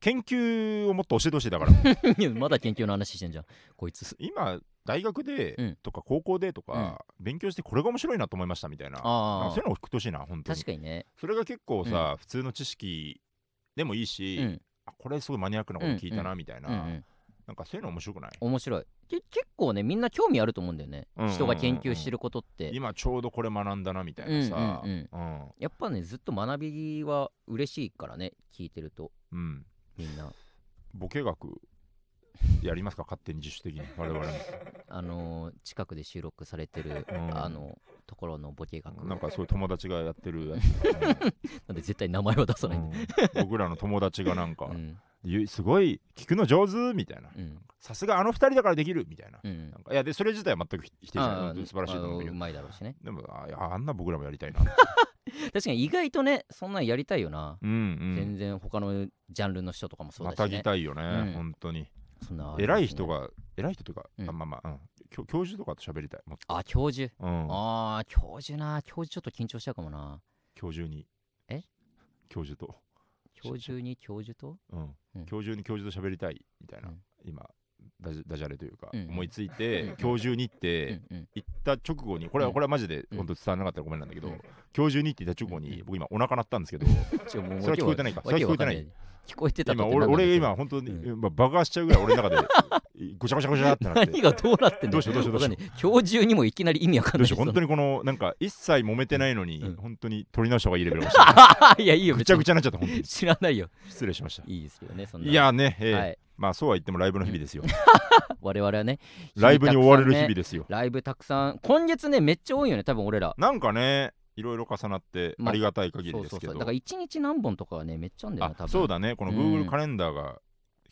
S2: 研究をもっと教えてほしいだから
S1: いやまだ研究の話してんじゃんこいつ
S2: 今大学
S1: う
S2: で
S1: ん
S2: とか高校でとか勉強してこれが面白いなと思いましたみたいななん
S1: あ
S2: かそう
S1: あ
S2: いうのを聞くとほしいな本当に
S1: 確かにね
S2: それが結構さ、普通の知識でもいいし、
S1: うん
S2: あこれすごいマニアックなこと聞いたなみたいな、
S1: うんうん
S2: なんかそういうの面白くない
S1: 面白いけ結構ねみんな興味あると思うんだよね
S2: うんうんうんうん
S1: 人が研究してることって
S2: 今ちょうどこれ学んだなみたいなさ
S1: うんうん
S2: うん
S1: やっぱねずっと学びは嬉しいからね聞いてると
S2: うん
S1: みんな
S2: ボケ学やりますか勝手に自主的に我々も
S1: あのー近くで収録されてる
S2: うん
S1: あのところのボケ学
S2: なんかそういう友達がやってるや
S1: なんで絶対名前は出
S2: つ、
S1: さないんだ
S2: うん僕らの友達がなんか
S1: う、ん
S2: ゆすごい聞くの上手みたいな
S1: うん
S2: さすがあの二人だからできるみたいな,、
S1: うん
S2: なんかいやでそれ自体は全く否定しない
S1: あ
S2: 本当に素晴らしいと思うんだけ
S1: う
S2: ど
S1: まいだろうしね
S2: でもあいやあんな僕らもやりた いな
S1: 確かに意外とねそんなんやりたいよな、
S2: うんうん
S1: 全然他のジャンルの人とかもそう
S2: ま
S1: だ
S2: た
S1: し、ね
S2: ぎ、たいよね、
S1: うん
S2: 本当に。
S1: そんなあれ
S2: 偉い人
S1: ですね
S2: が、偉い人というか、
S1: うん
S2: あまあまあ、うん、教教授とかと喋りたい、もっと。
S1: あ教授、
S2: うん、
S1: ああ教授な教授ちょっと緊張しちゃうかもな
S2: 教授に。
S1: え
S2: 教授と。
S1: 教授に教授と
S2: うん、
S1: うん
S2: 今日中に教授と喋りたいみたいな、
S1: うん
S2: 今ダジダジャレというか、
S1: うん
S2: 思いついうて
S1: ん
S2: 今日中にって、
S1: うんうん
S2: 行った直後にこれは
S1: うん
S2: これはマジで
S1: うん
S2: 本当伝わらなかったらごめんなんだけど、
S1: うん
S2: 今日中にって言った直後
S1: う
S2: に
S1: ん
S2: 僕今お腹鳴ったんですけど
S1: ちょもう
S2: それは聞こえてないか
S1: わけわん
S2: それは聞こえてない
S1: 聞こえてたと
S2: 今
S1: って何な
S2: 俺
S1: んです
S2: 俺
S1: よ
S2: 今本当に、まあ爆発しちゃうぐらい俺 の中でごちゃごちゃごちゃってなって
S1: 何がどうなってんの
S2: どうしようどうしようどうし
S1: わか
S2: よう
S1: んない今日中にもいきなり意味わかん
S2: ど
S1: な
S2: う
S1: い
S2: しよう本 当にこのなんか一切揉めてないのに、
S1: うん
S2: 本当に取り直した方がいいレベル かもしれない
S1: にいやいいよ
S2: ぐちゃぐ
S1: ち
S2: ちゃになっちゃった本当に
S1: 知らないよ
S2: 失礼しました
S1: いいですよねそんない
S2: やね、えー
S1: はい
S2: まあそうは言ってもライブの日々ですよ、
S1: 我々はね
S2: ライブに追われる日
S1: たくさん
S2: 々
S1: ね
S2: で すよ、
S1: ライブたくさん今月ねめっちゃ多いよね多分俺ら
S2: なんかねいろいろ重なって
S1: まあ
S2: ありがたい限
S1: そ
S2: り
S1: う
S2: で
S1: そ
S2: す
S1: う
S2: け
S1: そ
S2: ど、
S1: うだから一日何本とかはねめっちゃあんだよな多
S2: あ
S1: 分
S2: そうだねこの
S1: うん
S2: Google カレンダーが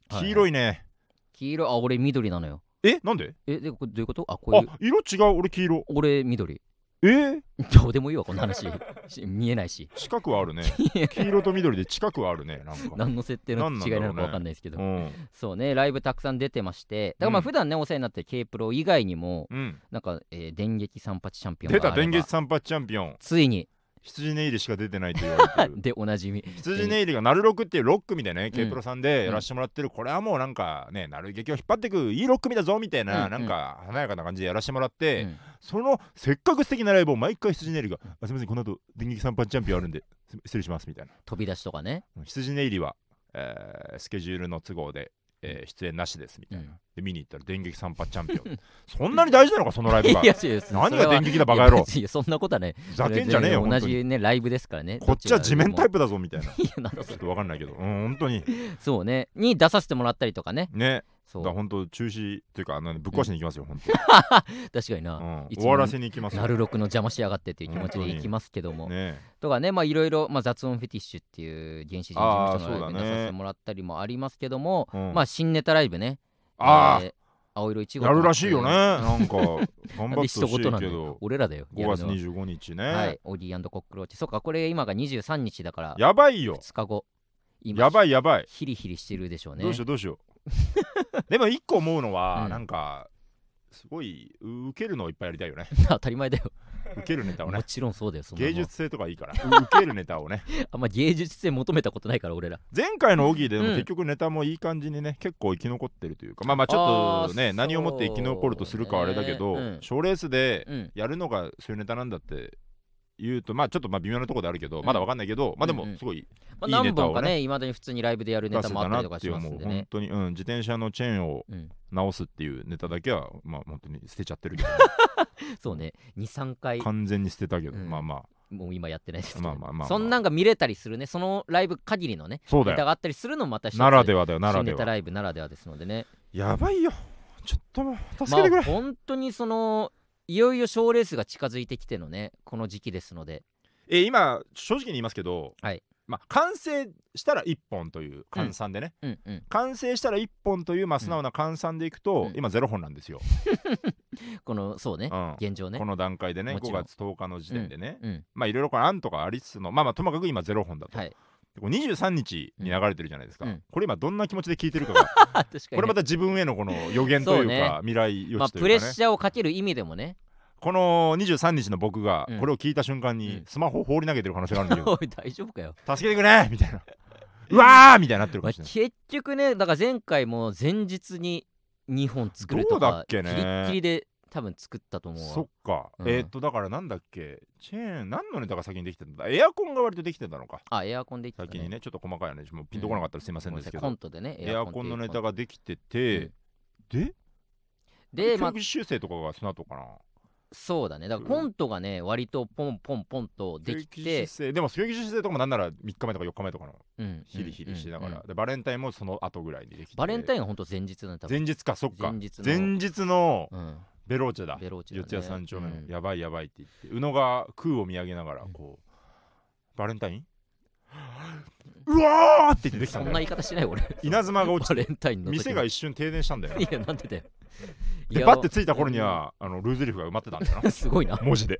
S2: 黄色いね、
S1: 黄色あ俺緑なのよ
S2: えなんで
S1: えでこれどういうことあこう
S2: あ
S1: いう
S2: 色違う俺黄色
S1: 俺緑
S2: えー、
S1: どうでもいいわこんな話し見えない し
S2: 近く はあるね黄色と緑で近くはあるねなんか
S1: 何の設定の
S2: 何なん
S1: 違い
S2: だろうね
S1: なのかわかんないですけど、
S2: うん
S1: そうねライブたくさん出てましてだからまあ
S2: うん
S1: 普段ねお世話になってる K プロ以外にも
S2: うん、
S1: なんか、えー電撃三八チャンピオンが
S2: 出
S1: あれ
S2: た
S1: ば
S2: 電撃三八チャンピオン
S1: ついに
S2: 羊ネイリしか出てないと言われてる
S1: でおなじみ
S2: 羊ネイリがナルロクっていうロックみたいなね、
S1: うん
S2: K プロさんでやらしてもらってるこれはもうなんかねナル劇を引っ張ってくいいロックみだぞみたいな、
S1: うん
S2: なんか華やかな感じでやらしてもらっ
S1: う
S2: て、
S1: ん
S2: そのせっかく素敵なライブを毎回羊ネイリが「あすみませんこの後電撃三八チャンピオンあるんです失礼します」みたいな
S1: 飛び出しとかね、
S2: 羊ネイリは、えースケジュールの都合で、えー出演なしですみたいな、
S1: うん
S2: で見に行ったら電撃三八チャンピオンそんなに大事なのかそのライブ が
S1: いやいやそ
S2: 何
S1: れ
S2: が
S1: は
S2: 電撃だバカ野
S1: いや
S2: 郎
S1: 別にそんなことはね
S2: ざけんじゃねえよ
S1: 同
S2: 本当に
S1: じねライブですからね
S2: こっちは地面タ
S1: イ
S2: イプだぞみたいなち
S1: プいやなんだそ
S2: ょ
S1: れ
S2: っとわかんないけどうん本当に
S1: そうねに出させてもらったりとかね
S2: ね
S1: そ
S2: だ
S1: う
S2: から本当中止というかあのぶっ壊しに行きますよ、本当
S1: 確かにな、
S2: うん
S1: いつも
S2: 終わらせに行きますよ
S1: なるろくの邪魔しやがってっていう気持ちでいきますけども、
S2: ね
S1: とかねまあいろいろまあ雑音フェティッシュっていう原始人事務所のライブ
S2: あーそうだ
S1: に
S2: ね
S1: 出させてもらったりもありますけども、
S2: うん
S1: まあ新ネタライブね
S2: あー
S1: えー青色一号
S2: やるらしいよね
S1: なん
S2: なんか頑張
S1: で
S2: ってほし
S1: 一
S2: い
S1: 言なの
S2: け
S1: よ
S2: ど
S1: 俺らだよ
S2: 5月
S1: やるのは
S2: 25日ね、
S1: はいオギーコックローチそうかこれ今が23日だから
S2: やばいよ
S1: 2日後
S2: やば
S1: い
S2: いやばい
S1: ヒリヒリしてるでしょうね
S2: ど うしようどうしよう でも一個思うのは、
S1: うん
S2: なんかすごい受けるのをいっぱいやりたい よね
S1: 当たり前だよ
S2: 受けるネタを
S1: も
S2: ね
S1: ちろんそうだよそんなもん
S2: 芸術性とかいいから受けるネタをね
S1: あんま芸術性求めたことないから俺ら
S2: 前回のオギーでも
S1: うん
S2: 結局ネタもいい感じにね結構生き残ってるというかまあまあちょっと
S1: あー
S2: ね何をもって生き残るとするかはあれだけ
S1: そうね
S2: ど
S1: うん
S2: 賞、レースで
S1: うん
S2: やるのがそういうネタなんだって言うとまあちょっとまあ微妙なところであるけど、まだわかんないけどまあで
S1: うんうん
S2: もすごい
S1: まあ、
S2: いい
S1: 何
S2: ネタ
S1: 本
S2: を
S1: か
S2: ね
S1: ねいまだに普通にライブでやるネ
S2: 出
S1: タ
S2: せ
S1: もあ
S2: た
S1: ったり
S2: な
S1: とか
S2: って
S1: し
S2: いう
S1: ます
S2: も
S1: ん
S2: う
S1: でね
S2: 本当に、うん、自転車のチェーンを
S1: うん
S2: 直すっていうネタだけはまあ本当に捨てちゃってるけど
S1: そうね23回
S2: 完全に捨てたけど、
S1: うん
S2: まあまあ
S1: もう今やってないですけど、
S2: まあまあまあ
S1: そんなんが見れたりするねそのライブ限りのね
S2: そう
S1: ネ
S2: だ
S1: タ
S2: よ
S1: があったりするのもまた一つ
S2: ならではだよなら
S1: 新
S2: で
S1: ネタ
S2: は
S1: ライブならではですのでね
S2: やばいよちょっともう助けてくれ、
S1: まあ本当にそのいよいよ賞ーレースが近づいてきてのねこの時期ですので
S2: えー今正直に言いますけど、
S1: はい
S2: まあ、完成したら1本という換算でね、
S1: うんうん
S2: 完成したら1本というまあ素直な換算でいくと、
S1: うん
S2: 今0本なんですよ、
S1: このそうね、
S2: うん
S1: 現状ね
S2: この段階でね
S1: もち
S2: 5
S1: ろん
S2: 月10日の時点でね、
S1: うん
S2: まあいろいろこれ案とかありつつのまあまあともかく今0本だと、
S1: はい
S2: でこれ23日に流れてるじゃないですか、
S1: うん
S2: これ今どんな気持ちで聞いてるかが
S1: 確かにね
S2: これまた自分へのこの予言 というか
S1: そうね
S2: 未来予
S1: まあ
S2: 知というか、ね
S1: プレッシャーをかける意味でもね
S2: この23日の僕が
S1: うん
S2: これを聞いた瞬間
S1: う
S2: に
S1: ん
S2: スマホを放り投げてる可能性があるんだ けど
S1: おい大丈夫かよ、
S2: 助けてくれみた いなうわーみたいになってるか
S1: まあ
S2: もしれない
S1: 結局ねだから前回も前日に2本作ると
S2: どうだ
S1: か
S2: っけね
S1: キリッキリで多分作ったと思うわ
S2: そっか、
S1: うん
S2: えーっとだからなんだっけチェーン何のネタが先にできてたんだエアコンが割とできてたのか
S1: あエアコンでいったね
S2: 先にねちょっと細かい話もうピンとこなかったらすいませんですけ
S1: コ
S2: ど
S1: ントでね
S2: エアコンのネタ
S1: が
S2: ができてて、で
S1: で、まあ
S2: 教、育修正とかがその後かな
S1: そうだねだからコントがね割とポンポンポンとでき
S2: 教育
S1: て
S2: 修正でも教育修正とかもなんなら3日目とか4日目とかの
S1: うん
S2: ヒリヒリしながら、
S1: うんうん
S2: でバレンタインもその後ぐらいにできて
S1: バレンタイ
S2: ン
S1: ンは本当前日だね多
S2: 前
S1: 分
S2: 日かそっか
S1: 前日の
S2: 前日の
S1: うん
S2: ベローチェだ
S1: ベローチェだね
S2: 四谷三丁目の、
S1: うん
S2: やばいやばいって言って宇野が空を見上げながらこう、バレンタインうわーって言ってできた
S1: そ
S2: ん
S1: んな
S2: だ
S1: 言
S2: よ
S1: い方しない俺
S2: 稲妻が落ち
S1: バレンタインの時
S2: 店が一瞬停電したんだよ
S1: いやなんでだよい
S2: で
S1: や
S2: バッて着いた頃にはあのルーズリーフが埋まってたんだよな
S1: すごいな
S2: 文字で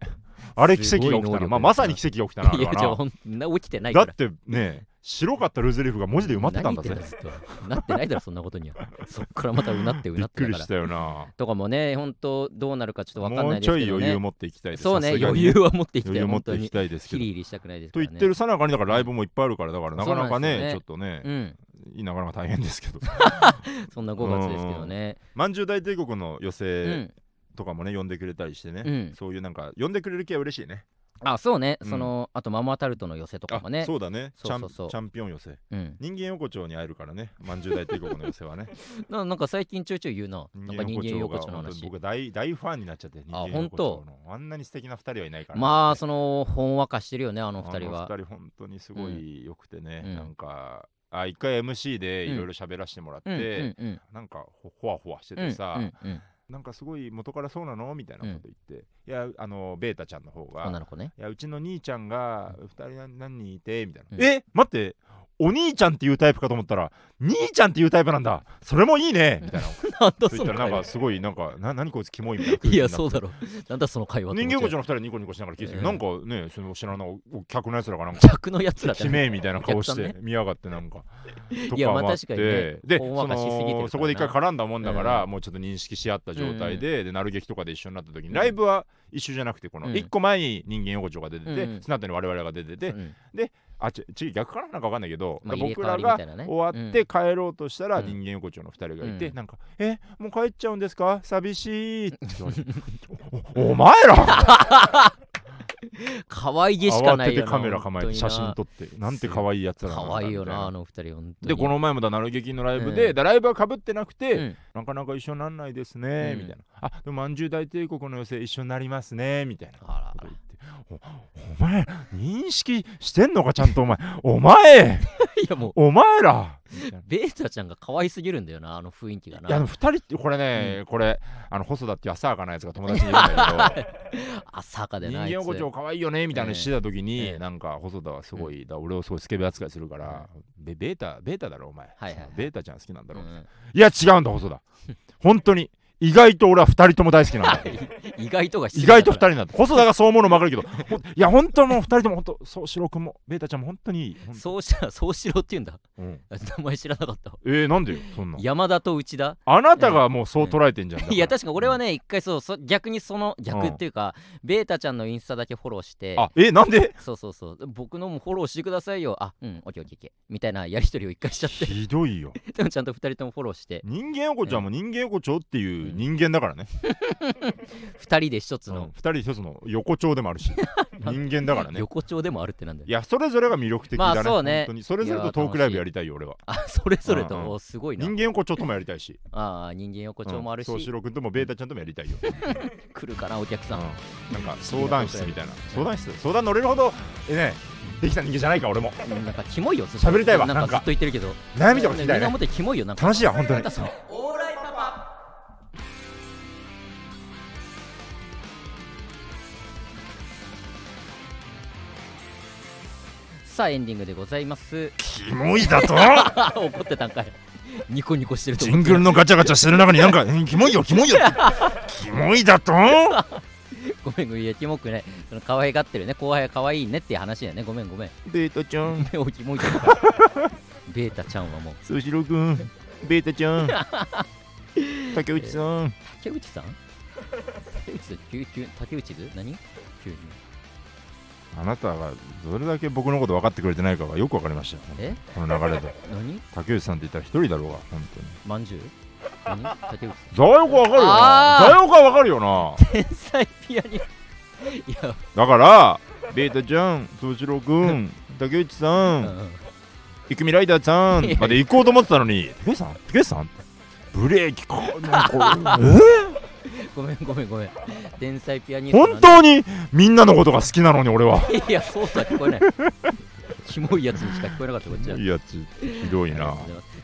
S2: あれ奇跡
S1: す
S2: が
S1: ごい
S2: 起き
S1: 能
S2: た
S1: 力
S2: な、まあ、まさに奇跡が起きたなあ
S1: い
S2: れ
S1: や
S2: は
S1: じゃあ
S2: な
S1: ほんな起きてない
S2: だ
S1: か
S2: っ
S1: ら
S2: てね白かったルーズリーフが文字で埋まってたんだ
S1: 何言
S2: ぜ
S1: ってんだずっとなってないだろそんなことにはそっからまたうなってう
S2: び
S1: な
S2: っ
S1: って
S2: く
S1: だ
S2: り
S1: か
S2: し
S1: ら
S2: たよな
S1: とかもね本当どうなるかちょっとわかん
S2: も
S1: ないうで
S2: ち
S1: す
S2: ょ
S1: け
S2: い
S1: ど、ね、
S2: 余裕持っていきたいです
S1: そうね
S2: さすがに
S1: 余裕は持っていきた
S2: 余
S1: い
S2: 裕持っ
S1: 本当
S2: ていき
S1: に
S2: たいです
S1: ヒ
S2: けど
S1: リヒリしたくないですか
S2: と
S1: ら、
S2: 言
S1: ね、
S2: ってるさなかにだからライブもいっぱいあるからだからなかなかねち
S1: そ
S2: ょっとね
S1: うん
S2: なかなか大変ですけど
S1: そんな5月ですけどね
S2: まんじゅう大帝国の寄
S1: う
S2: 席
S1: ん、
S2: とかもね呼んでくれたりして
S1: う
S2: ね
S1: ん、
S2: そういうなんか呼んでくれる系は嬉しいね
S1: あそうね、
S2: うん
S1: そのあとママタルトの寄せとか
S2: あ
S1: もね
S2: そうだねチャン
S1: そうそうそう
S2: チャンピオン寄せ
S1: うん、
S2: 人間横丁に会えるからねまんじゅう大帝国の寄せ はね
S1: ななんか最近ちょいちょい言うななんか人間横丁の
S2: 本当に
S1: 話
S2: 僕大大ファンになっちゃって人間横丁のあんなに素敵な二人はいないから
S1: まあそのほんわかしてるよねあの二人は
S2: あの二人本当にすごい良くてね、
S1: うん
S2: なんかあ一回 MC でいろいろ喋らせてもらって、
S1: うんうんうん
S2: なんかほほわほわして
S1: うん
S2: てさ、
S1: うんうん
S2: なんかすごい元からそうなのみたいなこと言って、いやあのベータちゃんの方
S1: 女
S2: が
S1: の子ね
S2: いやうちの兄ちゃんが二人な何人いてみたいな、
S1: うん
S2: え待ってお兄ちゃんっていうタイプかと思ったら兄ちゃんっていうタイプなんだそれもいいねみたいなこと
S1: なんだ
S2: 言 っ
S1: そ
S2: た
S1: の
S2: らなん
S1: 会
S2: か
S1: 話
S2: すごいなんかな何こいつキモいみたいな空気
S1: い
S2: にな
S1: や
S2: って
S1: そうだろなんだその会話
S2: 人間横
S1: じゃ
S2: 丁の二人ニコニコしながら聞いてたけど、
S1: ええ
S2: なんかねその知らないおお客のやつらがなんか
S1: 客のやつらって
S2: 悲鳴みたいな顔し
S1: お客
S2: て
S1: さ
S2: 見やがってなんか。と
S1: いや
S2: か
S1: まあ
S2: もあっ
S1: 確かにね
S2: てで
S1: ほんわ
S2: そ
S1: かしすぎてるから
S2: の
S1: な
S2: そこで一回絡んだもんだからもうちょっと認識し合った状態でで鳴る劇とかで一緒になった時にライブは一緒じゃなくてこ
S1: う
S2: の
S1: ん
S2: 一個前に人間横丁が出て
S1: う
S2: て
S1: ん
S2: その後に我々が出てて
S1: うん
S2: あちち逆からなんか分かんないけど
S1: まあ入れ
S2: 僕
S1: 替わ
S2: ら
S1: りみた
S2: が
S1: いなね
S2: 終わって帰ろうとしたら
S1: うん
S2: 人間横丁の二人がいて
S1: うん
S2: なんか「えもう帰っちゃうんですか寂しい」って言われておおお前ら
S1: 可愛げしか
S2: 慌
S1: な
S2: て
S1: いよ
S2: て
S1: な
S2: カメラ構えて写真撮ってなんて可愛いやつらんだ
S1: 可愛いよ
S2: みた
S1: なあの二人本当に
S2: でこの前もだなる劇のライブ
S1: う
S2: で、
S1: ん
S2: だライブはかぶってなくて、
S1: うん
S2: なかなか一緒になんないですね、
S1: うん
S2: みたいなあでもまんじゅう大帝国の寄せ一緒になりますねみたいな
S1: あ
S2: こと
S1: ら
S2: 言っておお前認識してんのかちゃんとお前お前
S1: いやもう
S2: お前らみたいな
S1: ベータちゃんが可愛すぎるんだよなあの雰囲気が
S2: いやで
S1: な
S2: も2人ってこれね、これあの細田っていう浅はかなやつが友達にいるん だけど
S1: 浅はかで
S2: 人
S1: な
S2: 間
S1: い
S2: 横丁可愛いよねみたいなのしてた時に、
S1: ええ
S2: なんか細田はすごい、だ俺をすごいスケベ扱いするから、ベベータベータだろお前、
S1: はいはいはい
S2: ベータちゃん好きなんだろ、
S1: うんうん
S2: いや違うんだ細田本当に意外と俺は二人とも大好き なんだ
S1: 意外とが
S2: 意外と二
S1: 人
S2: 人なんだ細田がそう思うのも分かるけどほんいや本当もう二人とも本当そう白くんもベータちゃんも本当にいいほん
S1: そうしそうしろって言うんだ
S2: うん
S1: 名前知らなかったわ
S2: えー、なんでよそんな
S1: 山田と内田
S2: あなたがもうそう捉えてんじゃん、だら
S1: いや確か俺はね一回そうそ逆にその逆っていうか、ベータちゃんのインスタだけフォローして
S2: あえー、なんで
S1: そうそうそう僕のもフォローしてくださいよあうんオッケーオッケーオッケーみたいなやり取りを一回しちゃって
S2: ひどいよ
S1: でもちゃんと二人ともフォローして
S2: 人間横丁はもう人間横丁っていう人間だからね、
S1: 二人で一つ
S2: うん
S1: の
S2: 二人一つの横丁でもあ るし人間だからね
S1: 横丁でもあるってなんだよ、
S2: いやそれぞれが魅力的だね,、
S1: まあそうね
S2: 本当にそれぞれとトークライブやりたいよ俺は
S1: あそれぞれと、
S2: うんうん
S1: おすごいな
S2: 人間横丁ともやりたいし
S1: ああ人間横丁もあるし、
S2: そうしろくんともベータちゃんともやりたいよ、
S1: 来るかなお客さん、
S2: なんか相談室みたいな相談室相談乗れるほどえねできた人間じゃないか俺も
S1: うんなんかキモいよずっと
S2: 喋りたいわ
S1: なん
S2: な
S1: か
S2: ん
S1: ず
S2: か
S1: っと言ってるけど
S2: 悩みとか聞きたい
S1: みんな
S2: ね
S1: 思ってキモいよなん か
S2: 楽しいわ本当に
S1: なんかそのさあエンディングでござい ます
S2: キモいだと
S1: あー怒ってたんかいニコニコしてると
S2: ジ
S1: 思
S2: ン
S1: う
S2: グルのガチャガチャしてる中になんかうん キモいよキモいよってキモいだ と
S1: ごめんごめんいやキモくねその可愛がってるね後輩は可愛いねっていう話だよねごめんごめん
S2: ベータちゃん
S1: 目をキ モいと思ったベータちゃんはもう
S2: スシロくんベータちゃん竹内さん
S1: 竹内さん竹内さん急急竹内図何急に
S2: あなたがどれだけ僕のこと分かってくれてないかがよく分かりましたよ
S1: え
S2: この流れで
S1: 何
S2: 竹内さんって言ったら一人だろうが本当に
S1: まんじゅう何竹内さん
S2: 座右分かるよな
S1: あー
S2: 座右は分かるよな
S1: 天才ピアニストいや、
S2: だから、ベータちゃん、宗志郎くん、竹内さ、
S1: うんん、
S2: イクミライダーちゃんまで行こうと思ってたのに、竹内さん竹内さんってブレーキか、なんか
S1: ごめんごめんごめん天才ピアニス
S2: え
S1: ト
S2: 本当にみんなのことが好きなのに俺は。
S1: 当いやそうとは聞こえないキモいやつにしか聞こえなかったこっちはい
S2: や、ちひどいな。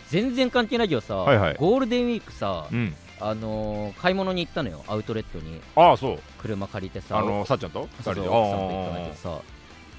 S1: 全然関係ないけどさ、
S2: はいはい
S1: ゴールデンウィークさ
S2: うん。
S1: あのー買い物に行ったのよアウトレットに
S2: ああ、そう。
S1: 車借りてさ
S2: あの、さっちゃんと二
S1: そ
S2: 人
S1: う
S2: で
S1: そ。う
S2: あ
S1: 奥さんと行ったんだけどさ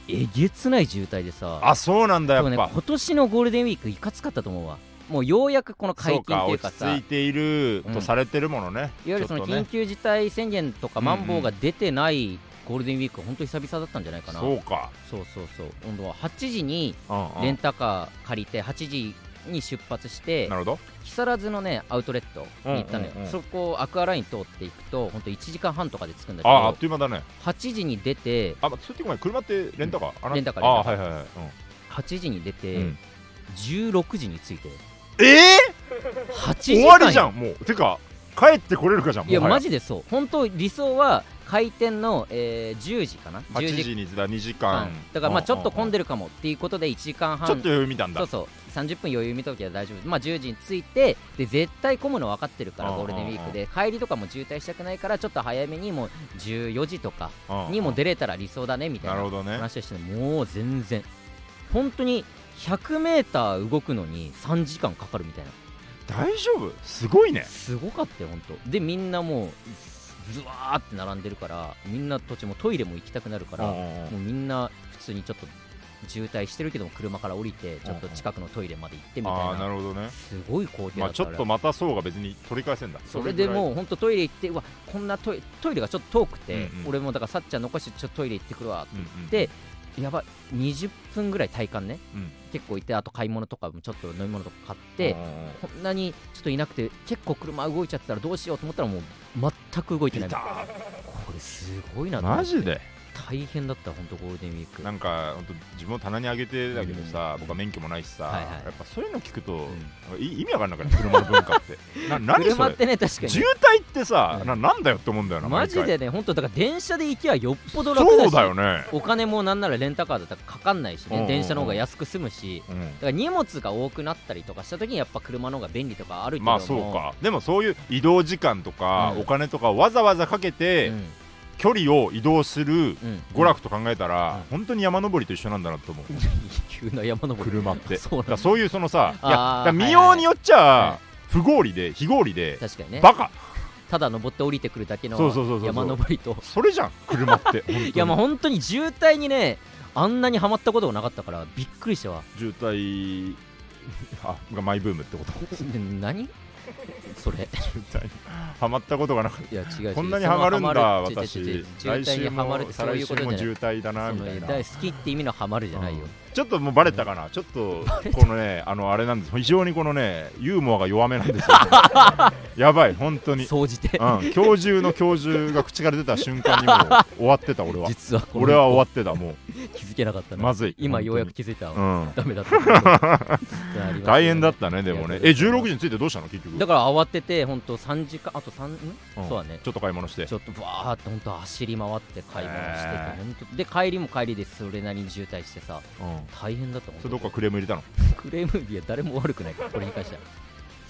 S1: えげつない渋滞でさ
S2: ーあ、そうなんだ、や
S1: 多分
S2: っ
S1: ね
S2: ぱ。
S1: 今年のゴールデンウィークいかつかったと思うわもうようやくこの
S2: そ
S1: 解
S2: う
S1: 禁っ
S2: か、
S1: ていう
S2: 落
S1: か
S2: ち
S1: さ
S2: 着いているとされてるものね。
S1: いわゆるその
S2: ちょっと
S1: 緊
S2: ね
S1: 急事態宣言とかマンボウが出てないゴールデンウィーク本当久々だったんじゃないかな
S2: そうか、
S1: そうそうそう今度は8時に
S2: うんうん
S1: レンタカー借りて8時に出発して
S2: なるほど
S1: 木更津のねアウトレットに行ったのよ、
S2: うんうんうん
S1: そこをアクアライン通っていくと本当1時間半とかで着くんだけ
S2: あああっ
S1: ど
S2: という間だね
S1: 8時に出て
S2: あまそれってごめん車ってレンタカー、あな
S1: レンタカー
S2: あ
S1: レンタカ
S2: はいはいはい、
S1: 8時に出て、
S2: うんうん
S1: 16時に着いて
S2: え
S1: 8時間
S2: ー、終
S1: よ
S2: わりじゃんもうてか帰ってこれるかじゃんも
S1: いや
S2: は
S1: マジでそう本当理想は開店の、えー10時かな
S2: 8
S1: 10
S2: 時にだ2時間、
S1: 間だからまあちょっと混ん
S2: で
S1: でるかもっていうことで1時間半
S2: ちょっと余裕見たんだ
S1: そうそう30分余裕見ときは大丈夫まあ10時に着いてで絶対混むの分かってるから
S2: うんうん
S1: ゴ
S2: う
S1: ー
S2: ん
S1: ルデンウィークで帰りとかも渋滞したくないからちょっと早めにもう14時とか
S2: うんうん
S1: にも出れたら理想だねみた
S2: ないる
S1: な
S2: ほどね
S1: 話をしてもう全然本当に 100m 動くのに3時間かかるみたいな
S2: 大丈夫すごいね
S1: すごかったよ本当でみんなもうずずわーって並んでるからみんな途中もうトイレも行きたくなるから
S2: うんうんうん
S1: もうみんな普通にちょっと渋滞してるけども車から降りてちょっと近くのトイレまで行ってみたい
S2: ああ
S1: な
S2: なるほどね
S1: すごい光景だ
S2: まあ
S1: っ
S2: ち
S1: た
S2: ょ
S1: か
S2: っ
S1: ら
S2: とまたそうが別に取り返せんだ
S1: それでも
S2: う
S1: う本当トイレ行ってうわこんなトイレトイレがちょっと遠くて、
S2: うんうん
S1: 俺もだからさっちゃん残してちょっとトイレ行ってくるわって
S2: うんう
S1: 言
S2: ん
S1: って、やばい20分ぐらい体感ね
S2: うん
S1: 結構いてあと買い物とかもちょっと飲み物とか買って、
S2: うんうんうん
S1: こんなにちょっといなくて結構車動いちゃってたらどうしようと思ったらもう全く動いて
S2: ピ
S1: ない
S2: タ
S1: こ
S2: ー
S1: れすごいなと思って
S2: マジで
S1: 大変だった本当ゴールデンウィーク
S2: なんか本当自分を棚に上げてだけどさ、
S1: うん
S2: 僕は免許もないしさ、
S1: はいはい
S2: やっぱそういうの聞くと、
S1: ん
S2: なんかい意味わかんなくない車の文化ってな何そ
S1: 車っ
S2: れ
S1: てね確かに
S2: 渋滞ってさ、
S1: うん
S2: ななんだよって思うんだよな
S1: マジ
S2: 毎
S1: でね本当だから電車で行きゃよっぽど
S2: 回
S1: 楽だし
S2: そうだよね、
S1: お金もなんならレンタカーだったらかかんないし
S2: うんう
S1: ね
S2: んうん
S1: 電車の方が安く済むしだ
S2: う
S1: から荷物が多くなったりとかした時にやっぱ車の方が便利とかあるけ
S2: ん、
S1: ども
S2: まあそうかでもそういう移動時間とか、
S1: うん
S2: お金とかをわざわざかけ
S1: う
S2: て、
S1: ん
S2: 距離を移動する
S1: うん
S2: 娯楽と考えたら、
S1: うん
S2: 本当に山登りと一緒なんだなと思う、
S1: 急な山登り
S2: 車って
S1: そうな
S2: だか
S1: ん
S2: ら
S1: だ
S2: そういうそのさいや
S1: あ
S2: だ
S1: ー
S2: から見ようによっちゃ、
S1: はいはい
S2: 不合理で非合理で、
S1: 確かにね
S2: バカ
S1: ただ登って降りてくるだけの
S2: そうそうそうそう
S1: 山登りと
S2: それじゃん 車って
S1: いやまあ本当に渋滞にねあんなにはまったことがなかったからびっくり したわ
S2: 渋滞 あがマイブームってこと
S1: 何それ
S2: 渋滞にハマったことがなかっ
S1: いや違う 違う
S2: たこんなにハマるんだ
S1: そのハマる違う違う違う
S2: 私
S1: 渋滞
S2: 来
S1: に
S2: 週
S1: はま
S2: も
S1: るってそう
S2: 再
S1: い
S2: 来
S1: うことじゃ
S2: 週も
S1: ない
S2: 渋滞だな
S1: そ
S2: み
S1: の
S2: たいな
S1: 大好きって意味のハマるじゃないよ、
S2: ちょっともうバレたかな、ちょっとこのねあのあれなんです非常にこのねユーモアが弱めな んですよやばい本当に
S1: 総じて
S2: うん、教授の教授が口から出た瞬間にも う終わってた俺は
S1: 実はこの
S2: 俺は終わってたも
S1: 気づけなかった
S2: う
S1: な、
S2: まずい
S1: 今ようやく
S2: 本
S1: 気づいたわ、
S2: 当にうん
S1: ダメだった
S2: 大変だったたねでもね
S1: い
S2: え
S1: やそう
S2: 16時についてどうしたの結 局
S1: だから慌てて本当3時間あと3ん、
S2: うん
S1: そうだね
S2: ちょっと買い物して
S1: ちょっとバーって本当走り回って買い物してて、
S2: へー
S1: 本当で帰りも帰りでそれなりに渋滞してさ
S2: うん
S1: 大変だった
S2: それどっか
S1: 本
S2: クレーム入れたの
S1: 当クレームいや誰も悪くないからこれに関しては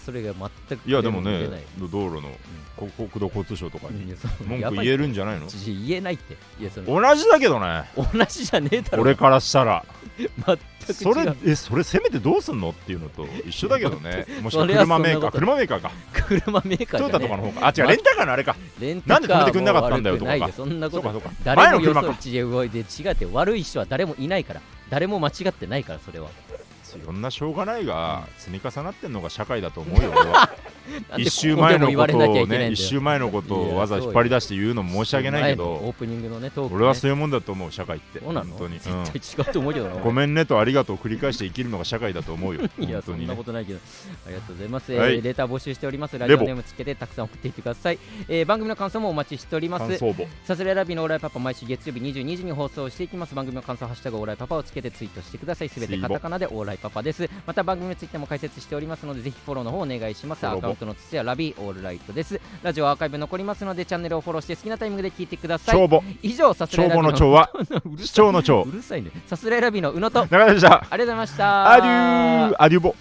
S1: それが全く
S2: いやでも
S1: クレーム入れな
S2: ね
S1: い
S2: 道路のこ国土交通省とか
S1: い
S2: に
S1: やそう
S2: 文
S1: や
S2: 句
S1: ば
S2: 言
S1: い
S2: えるんじゃないの
S1: ちち言えないっていやその
S2: 同じだけどね
S1: 同じじゃねえだろ
S2: 俺からしたら
S1: 全く違
S2: そうれえそれせめてどうすんのっていうのと一緒だけど ねもしくは
S1: それは
S2: 車メーカー
S1: そん
S2: 車メーカーか
S1: 車メーカ
S2: ト
S1: ー
S2: ヨ
S1: じゃ
S2: タ
S1: ね
S2: とか
S1: え
S2: の方かあ違うレンタカーのあれか
S1: レンタ
S2: なんで止
S1: カ
S2: めて
S1: ー
S2: くん
S1: も
S2: なかったんだよ
S1: 悪くない
S2: と
S1: よ
S2: か
S1: そんな
S2: そ
S1: こ
S2: うかそ
S1: と
S2: うか前
S1: 誰
S2: の
S1: もよ
S2: 車
S1: そ
S2: か
S1: ちで動いて違って悪い人は誰もいないから誰も間違ってないからそれは
S2: そんなしょうがないが積み重なってんのが社会だと 思うよ俺は
S1: なんで
S2: 一周前の
S1: ここ
S2: こ
S1: で
S2: と
S1: も言われなきゃ
S2: を
S1: いけない
S2: ね
S1: ん
S2: 一
S1: だよ
S2: 周前のことをわざ引っ張り出して言うのも申し訳ないけ
S1: 前の
S2: ど
S1: オープニングのねトークね
S2: 俺はそういうもんだと思う社会って
S1: そうなの
S2: 本当にうん
S1: 絶対違うと思うけどな
S2: ご
S1: ん
S2: めんねとありがとうを繰り返して生きるのが社会だと思うよ
S1: いやそ
S2: 本当
S1: ん
S2: に
S1: な
S2: ね
S1: ことないけどありがとうございます、
S2: は
S1: え
S2: い
S1: ーレター募集しておりますラジ
S2: レ
S1: オ
S2: ボ
S1: ネームつけてたくさん送っていってください、えー番組の感想もお待ちしておりま
S2: 感
S1: す
S2: 想簿
S1: サスレラビのオーライパパ毎週月曜日22時に放送していきます番組の感想ハッシュタグオーライパパをつけてツイートしてくださいすべてカタカナでオーライパパですまた番組のツイッターも解説しておりますのでぜひフォローの方お願いします
S2: フォ
S1: ア
S2: ローも
S1: カウントのつやラビオールライトですラジオはアーカイブ残りますのでチャンネルをフォローして好きなタイミングで聞いてくださ
S2: 帳
S1: い
S2: 簿
S1: 以上サスレラ
S2: 帳
S1: ビ
S2: 簿
S1: の
S2: の 帳は
S1: うる
S2: 主張の帳
S1: うるさいねサスレラビの宇野とあり
S2: 中田でした
S1: がとうございました
S2: アデューアデューボ